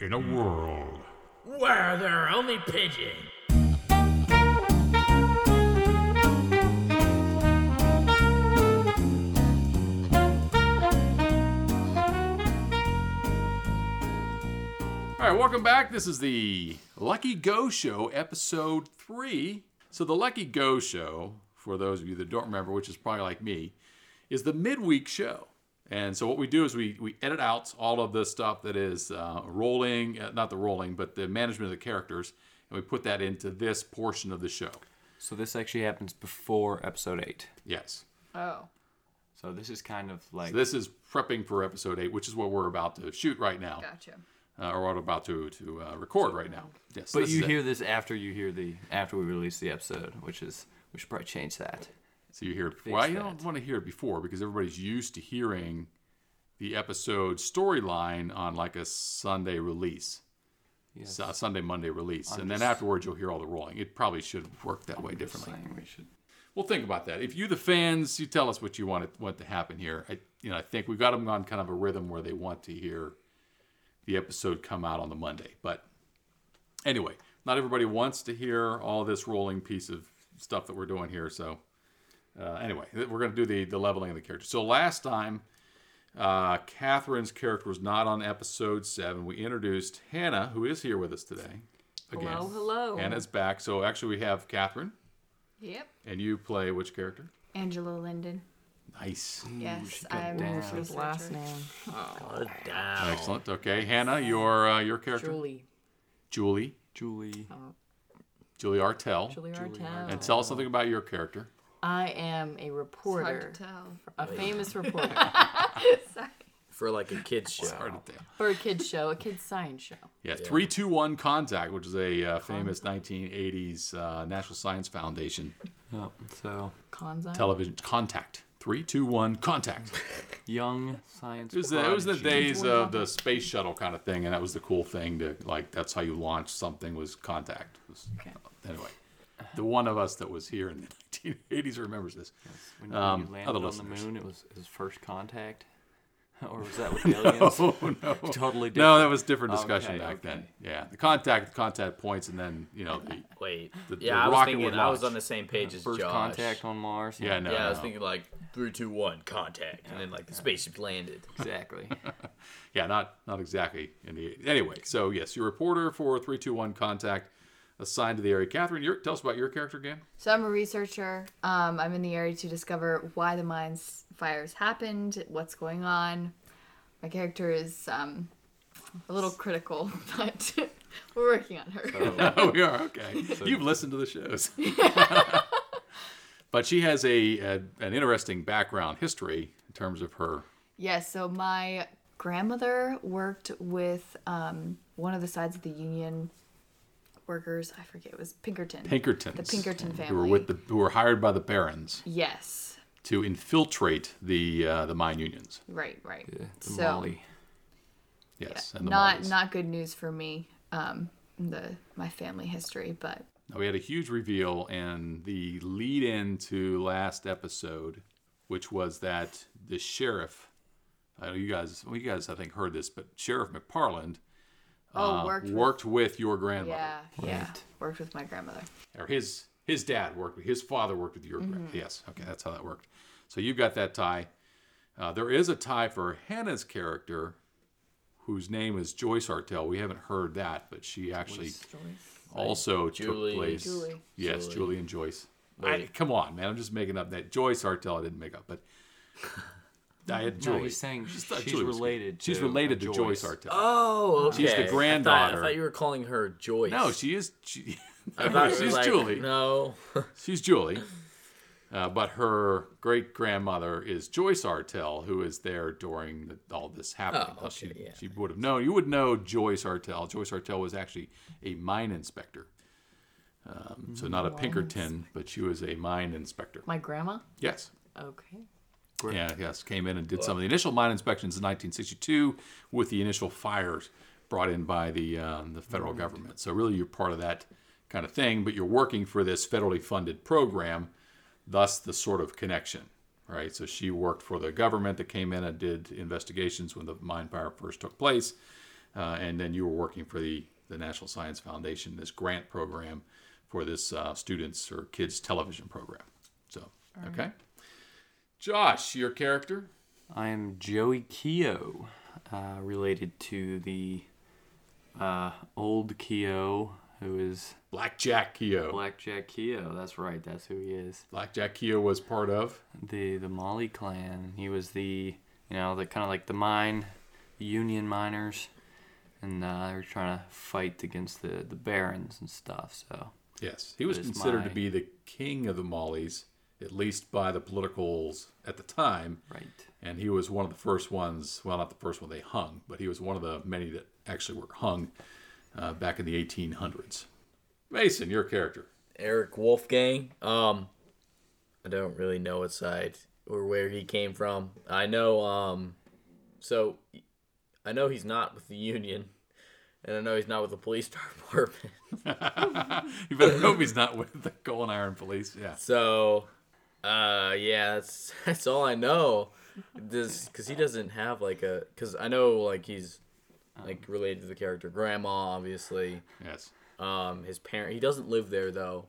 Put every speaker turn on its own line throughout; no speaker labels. in a world
where there are only pigeons.
All right, welcome back. This is the Lucky Go Show, episode three. So, the Lucky Go Show, for those of you that don't remember, which is probably like me, is the midweek show. And so, what we do is we, we edit out all of the stuff that is uh, rolling, uh, not the rolling, but the management of the characters, and we put that into this portion of the show.
So this actually happens before episode eight.
Yes.
Oh.
So this is kind of like
So this is prepping for episode eight, which is what we're about to shoot right now,
Gotcha.
uh, or what we're about to, to uh, record right now. Yes.
But
this
you
is it.
hear this after you hear the after we release the episode, which is we should probably change that.
So you hear it before. Well, you don't
that.
want to hear it before because everybody's used to hearing the episode storyline on like a Sunday release,
Yes.
Su- Sunday, Monday release. and then
just-
afterwards, you'll hear all the rolling. It probably should work that way differently.
Saying we should.
Well, think about that. If you, the fans, you tell us what you want, it, want to happen here. I, you know, I think we've got them on kind of a rhythm where they want to hear the episode come out on the Monday. But anyway, not everybody wants to hear all this rolling piece of stuff that we're doing here. So uh, anyway, th- we're going to do the the leveling of the characters. So last time, uh, Catherine's character was not on episode seven. We introduced Hannah, who is here with us today. Again,
Hello, hello.
Hannah's back. So actually, we have Catherine.
Yep.
And you play which character?
Angela Linden.
Nice.
Mm,
Yes, I'm
down.
his researcher.
Last name
Excellent. Okay, Hannah, your uh, your character
Julie.
Julie
Julie.
Julie Artell.
Julie Artell.
And tell us something about your character.
I am a
It's
reporter,
hard to tell.
a famous reporter
Sorry.
For like a kid's show.
Hard to tell.
for a kids show, a kids science show.
Yeah, three two one contact, which is a uh, famous 1980s uh, National Science Foundation
Oh, so
Kanzai.
television contact. Three two one contact.
young science.
It was the, it was the
prodigy.
days of the space shuttle kind of thing, and that was the cool thing to like. That's how you launched something was contact. It was- Anyway, the one of us that was here in the 1980s remembers this.
when you
um,
landed
other
on
listeners.
the moon. It was his first contact, or was that with aliens?
Oh no!
Totally different.
No, that was different discussion
Okay,
back then.
okay.
Yeah, the contact, contact points, and then you know the
Wait.
The- the
yeah, I was
rocket
thinking
would
I was
launch.
on the same page as
First
Josh.
contact on Mars.
yeah no.
yeah,
no,
I was
no.
thinking like three, two, one, contact, and then like the spaceship landed.
Exactly.
yeah, not not exactly. In the, anyway, so yes, you're a reporter for three two one contact, assigned to the area. Catherine, your, tell us about your character again.
So I'm a researcher. Um, I'm in the area to discover why the mines fires happened, what's going on. My character is um, a little critical, but we're working on her.
oh, we are okay. You've listened to the shows. but she has a, a an interesting background history in terms of her.
Yes, so my grandmother worked with um, one of the sides of the union workers. I forget, it was Pinkerton.
Pinkertons.
The Pinkerton family.
Who were with the who were hired by the barons
Yes,
to infiltrate the uh, the mine unions.
right, right.
The
so,
Molly.
Yes, and the
not
Mollies.
not good news for me, um, the my family history, but
Now, we had a huge reveal and the lead in to last episode, which was that the sheriff. I know you guys. Well, you guys, I think, heard this, but Sheriff McParland
oh,
uh,
worked, with-
worked with your grandmother,
yeah, yeah,
Right.
worked with my grandmother.
or his his dad worked with his father worked with your grandmother. Yes, okay, that's how that worked. So you've got that tie. Uh, there is a tie for Hannah's character, whose name is Joyce Artell. We haven't heard that, but she actually also
Julie.
took place.
Julie.
Yes,
Julie.
Julie and Joyce. I,
Wait.
come on, man. I'm just making up that Joyce Artell. I didn't make up, but I had Julie.
No, he's saying she's,
thought Julie was good.
related.
She's
to
related
a
to
Joyce
Joyce, Artell.
Oh, okay.
She's the
I thought- I
granddaughter.
thought, you were calling her Joyce.
no, she is. She,
I thought it was
she's
like,
Julie.
No.
She's Julie. Uh, but her great grandmother is Joyce Artell, who is there during the, all this happening.
Oh,
Now,
okay,
she,
yeah.
she would have known. You would know Joyce Artell. Joyce Artell was actually a mine inspector. Um, so not a Pinkerton, but she was a mine inspector.
My grandma.
Yes.
Okay.
Yeah, yes, came in and did some of the initial mine inspections in 1962 with the initial fires brought in by the um, the federal government. So really, you're part of that kind of thing, but you're working for this federally funded program, thus the sort of connection, right? So she worked for the government that came in and did investigations when the mine fire first took place. uh, and then you were working for the the National Science Foundation, this grant program for this uh, students or kids television program. So okay, Josh, your character.
I am Joey Keogh, uh, related to the uh, old Keogh, who is
Blackjack Keogh.
Blackjack Keogh. That's right. That's who he is.
Blackjack Keogh was part of.
The the Molly clan. He was the you know the kind of like the mine, union miners, and uh, they were trying to fight against the the barons and stuff. So
Yes, he was
But it's
considered
my-
to be the king of the Mollies, at least by the politicals at the time.
right.
And he was one of the first ones, well, not the first one they hung, but he was one of the many that actually were hung uh, back in the 1800s. Mason, your character.
Eric Wolfgang. Um, I don't really know what side or where he came from. I know. Um, so I know he's not with the union, and I know he's not with the police department.
You better hope he's not with the Coal and Iron Police. Yeah.
So, uh, yeah, that's that's all I know. This because he doesn't have like a because I know like he's like related to the character grandma obviously.
Yes.
Um, his parent he doesn't live there though.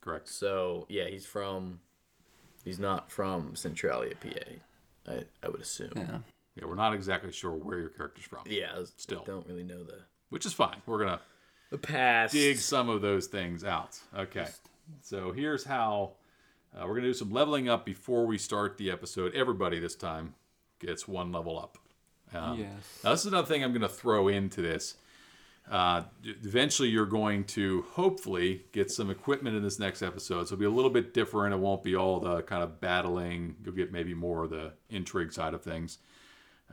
Correct.
So yeah, he's from. He's not from Centralia, PA. I I would assume. Yeah.
Yeah.
Yeah, we're not exactly sure where your character's from.
I was- I
Still.
don't really know the
Which is fine. We're gonna
the past.
dig some of those things out. Okay. So here's how uh, we're going to do some leveling up before we start the episode. Everybody this time gets one level up. Um,
Yes.
Now, this is another thing I'm going to throw into this. Uh, d- eventually, you're going to hopefully get some equipment in this next episode. So it'll be a little bit different. It won't be all the kind of battling. You'll get maybe more of the intrigue side of things.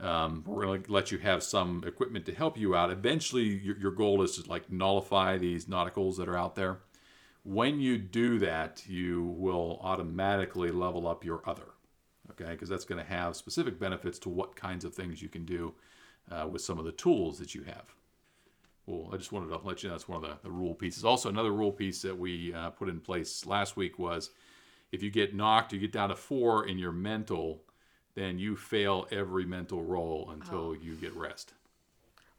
Um, we're going to let you have some equipment to help you out. Eventually, your, your goal is to like nullify these nauticals that are out there. When you do that, you will automatically level up your other, okay? Because that's going to have specific benefits to what kinds of things you can do uh, with some of the tools that you have. Well, I just wanted to let you know that's one of the, the rule pieces. Also, another rule piece that we uh, put in place last week was if you get knocked, you get down to four in your mental, then you fail every mental roll until you get rest.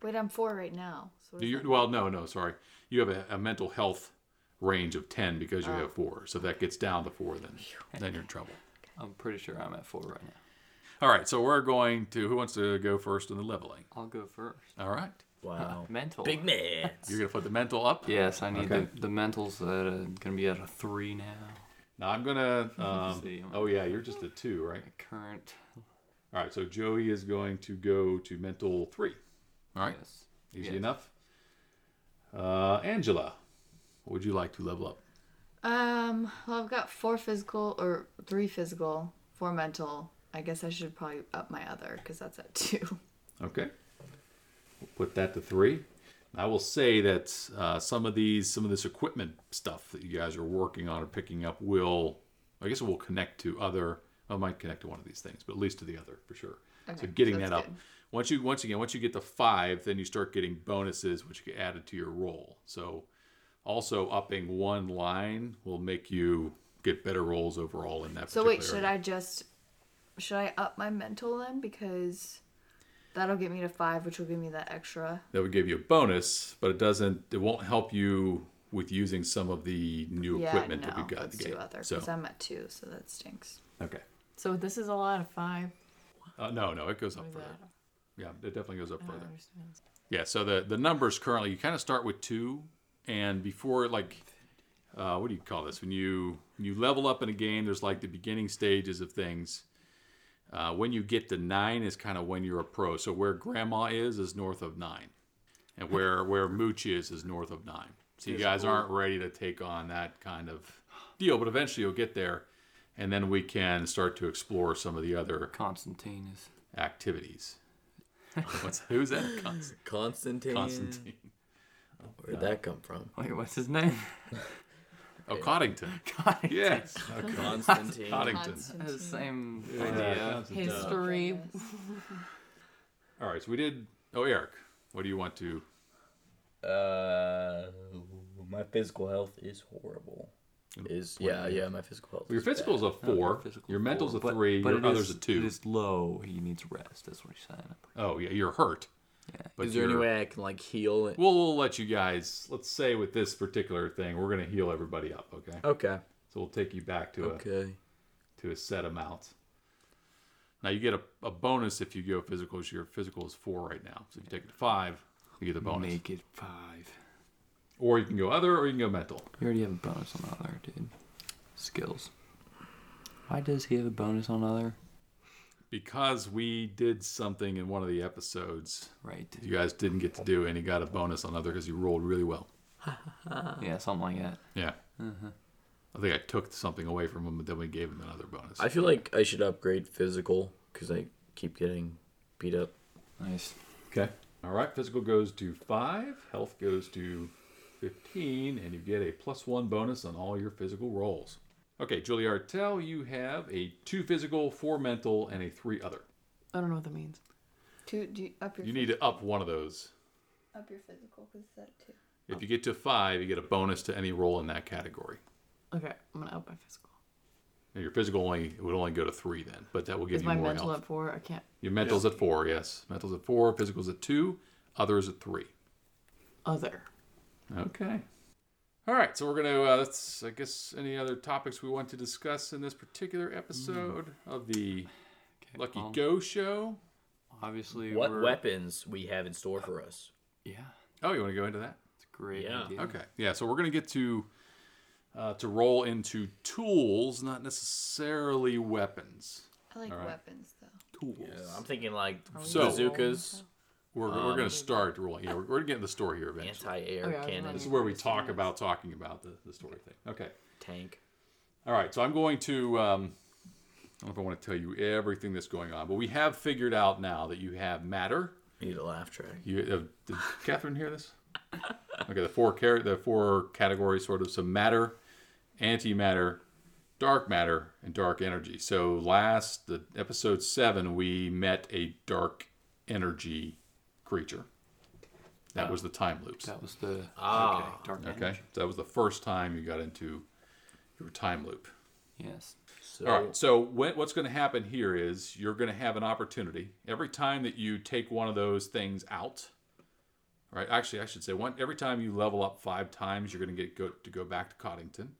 Wait, I'm four right now. So what
Do
is
you,
that?
well, no, no, sorry. You have a, a mental health range of 10 because you have four. So that gets down to four, then, then you're in trouble.
I'm pretty sure I'm at four right now.
All right, so we're going to who wants to go first in the leveling?
I'll go first.
All right.
Wow.
Mental.
Big man.
You're going to put the mental up?
Yes, I need
Okay.
the, the mentals that are gonna be at a three now.
Now I'm gonna.
see.
Um, oh yeah, you're just a two, right?
Current.
All right. So Joey is going to go to mental three. All right.
Yes.
Easy
Yes.
enough. Uh, Angela, what would you like to level up?
Um, well, I've got four physical or three physical, four mental. I guess I should probably up my other because that's at two.
Okay. We'll put that to three. I will say that uh, some of these, some of this equipment stuff that you guys are working on or picking up will, I guess it will connect to other, well, it might connect to one of these things, but at least to the other for sure. so
Okay,
getting
so
that
that's
up.
good.
Once you, once again, once you get to five, then you start getting bonuses, which get added to your roll. So also upping one line will make you get better rolls overall in that
So wait,
particular
should
area.
I just should I up my mental then because that'll get me to five, which will give me that extra.
that would give you a bonus, but it doesn't. It won't help you with using some of the new
Yeah,
equipment
no,
that we've got
let's
in the game.
do other
so
because I'm at two, so that stinks.
okay,
So this is a lot of five.
uh, no, no, it goes up
What is
further.
that?
Yeah, it definitely goes up
I don't
further.
understand.
Yeah. So the the numbers currently, you kind of start with two, and before like, uh, what do you call this? When you when you level up in a game, there's like the beginning stages of things. Uh, when you get to nine is kind of when you're a pro. So where Grandma is is north of nine, and where where Mooch is is north of nine. So you guys aren't ready to take on that kind of deal, but eventually you'll get there, and then we can start to explore some of the other
Constantine is.
activities. What's, who's that? Const-
Constantine.
Constantine.
Where'd that come from?
Wait, what's his name?
Oh, Coddington.
God,
Yes.
Constantine.
Coddington.
has the
Constantine.
same idea.
uh,
History.
All right, so we did. Oh, Eric, what do you want to?
Uh, my physical health is horrible. Is yeah, yeah. My physical health.
Well, your
is bad.
physical's a four.
Physical
Your mental's
four,
a three.
But, but
your
it
other's
is-
a two.
It is low. He needs rest. That's what he's saying.
Oh yeah, you're hurt. But
Is there any
you're-
way I can like heal it?
We'll, we'll let you guys. Let's say with this particular thing, we're gonna heal everybody up. Okay.
Okay.
So we'll take you back to a
Okay.
to a set amount. Now you get a, a bonus if you go physical. Your physical is four right now, so if you take it to five, you get the bonus.
Make it five.
Or you can go other, or you can go mental.
You already have a bonus on other, dude. Skills. Why does he have a bonus on other?
Because we did something in one of the episodes
Right.
you guys didn't get to do, and you got a bonus on other because you rolled really well.
Yeah, something like that.
Yeah. I think I took something away from him, but then we gave him another bonus.
I feel like I should upgrade physical because I keep getting beat up.
Nice.
Okay. All right. Physical goes to five. Health goes to 15. And you get a plus one bonus on all your physical rolls. Okay, Julie Artel, you have a two physical, four mental, and a three other.
I don't know what that means.
Two, do you, up your
You need to up one of those.
up your physical because it's at two.
If you get to five, you get a bonus to any roll in that category.
Okay, I'm gonna up my physical.
And your physical only it would only go to three then, but that will give
Is
you
my
more
mental
health.
at four? I can't.
Your mental's at four, yes. Mental's at four, physical's at two, others at three.
Other.
Okay. All right, so we're gonna. Uh, that's I guess any other topics we want to discuss in this particular episode of the
Okay,
Lucky
well,
Go Show.
Obviously,
What
we're-
weapons we have in store for us?
Yeah,
Oh, you want to go into that?
it's a great.
Yeah.
Idea.
Okay. Yeah. So we're gonna get to uh, to roll into tools, not necessarily weapons.
I like
All right.
weapons though.
Tools.
I'm thinking like
So-
bazookas,
We're, we're gonna start rolling. Yeah, we're, we're gonna get in Oh, the story here eventually.
anti-air
Okay, I was
cannons,
This is where we talk about talking about the, the story thing. Okay.
tank.
All right, so I'm going to. Um, I don't know if I want to tell you everything that's going on, but we have figured out now that you have matter.
Need a laugh track.
You, uh, did Catherine hear this? Okay, the four car- the four categories sort of so matter, antimatter, dark matter, and dark energy. So last the episode seven, we met a dark energy creature. That was the time loops.
That was the
Ah,
okay, dark
Okay,
energy.
so that was the first time you got into your time loop.
Yes.
So
All right. So what, what's going to happen here is you're going to have an opportunity every time that you take one of those things out. Right. Actually, I should say one every time you level up five times, you're going to get go, to go back to Coddington.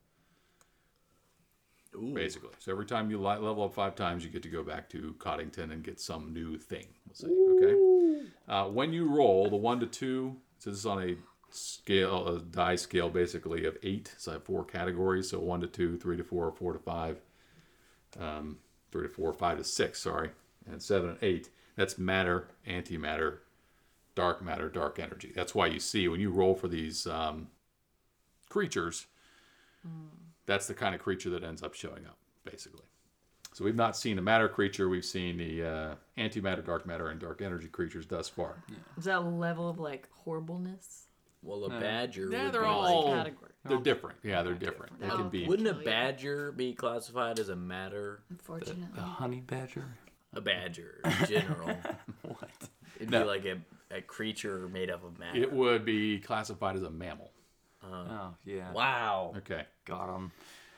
ooh,
Basically, so every time you li- level up five times, you get to go back to Coddington and get some new thing. We'll say, okay. Uh, when you roll the one to two, so this is on a scale, a die scale, basically of eight. So I have four categories. So one to two, three to four, four to five, um, three to four, five to six. Sorry, and seven and eight. That's matter, antimatter, dark matter, dark energy. That's why you see when you roll for these um, creatures that's the kind of creature that ends up showing up, basically. So we've not seen a matter creature. We've seen the uh, antimatter, dark matter, and dark energy creatures thus far.
Is that a level of like horribleness?
well, a badger.
Yeah,
would
they're
be
all- Oh.
Like,
Category.
They're different. Yeah, they're different. They can be.
wouldn't a badger be classified as a matter?
Unfortunately,
The honey badger.
A badger in general.
What?
It'd be like a, a creature made up of matter.
It would be classified as a mammal.
oh yeah.
wow.
Okay.
Got him.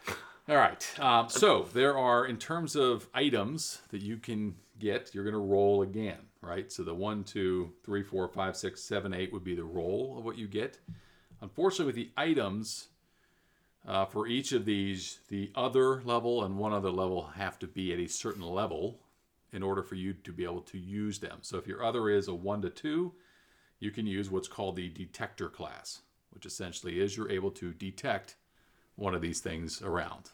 All right. Um, so there are, in terms of items that you can get, you're going to roll again, right? So the one, two, three, four, five, six, seven, eight would be the roll of what you get. Unfortunately, with the items uh, for each of these, the other level and one other level have to be at a certain level in order for you to be able to use them. So if your other is a one to two, you can use what's called the detector class, which essentially is you're able to detect one of these things around.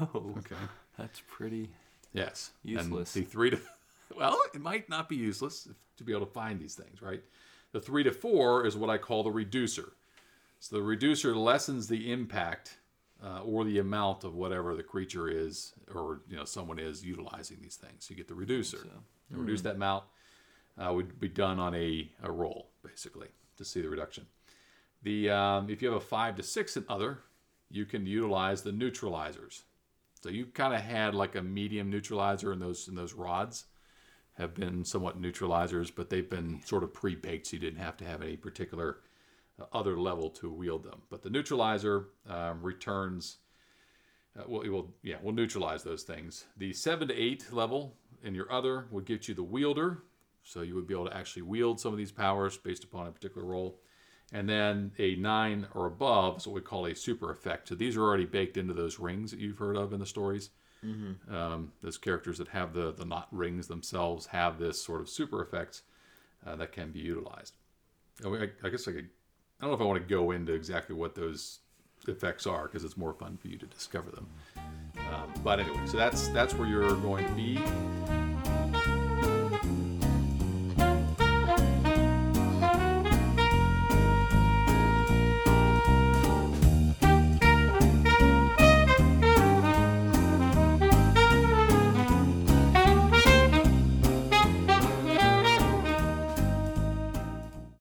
Oh,
Okay.
that's pretty.
Yes. And
Useless.
the three to well, it might not be useless if- to be able to find these things, right? The three to four is what I call the reducer. So the reducer lessens the impact uh, or the amount of whatever the creature is or you know someone is utilizing these things. You get the reducer. And Reduce that amount uh, would be done on a, a roll basically to see the reduction. The um, if you have a five to six and other, you can utilize the neutralizers. So you kind of had like a medium neutralizer, and those and those rods have been somewhat neutralizers, but they've been sort of pre-baked, so you didn't have to have any particular uh, other level to wield them. But the neutralizer um, returns. Uh, well, it will yeah, we'll neutralize those things. The seven to eight level in your other would get you the wielder, So you would be able to actually wield some of these powers based upon a particular role. And then a nine or above is what we call a super effect. So these are already baked into those rings that you've heard of in the stories. Um, those characters that have the the knot rings themselves have this sort of super effect uh, that can be utilized. And we- I, I guess I could. I don't know if I want to go into exactly what those effects are because it's more fun for you to discover them. Um, but anyway, so that's that's where you're going to be.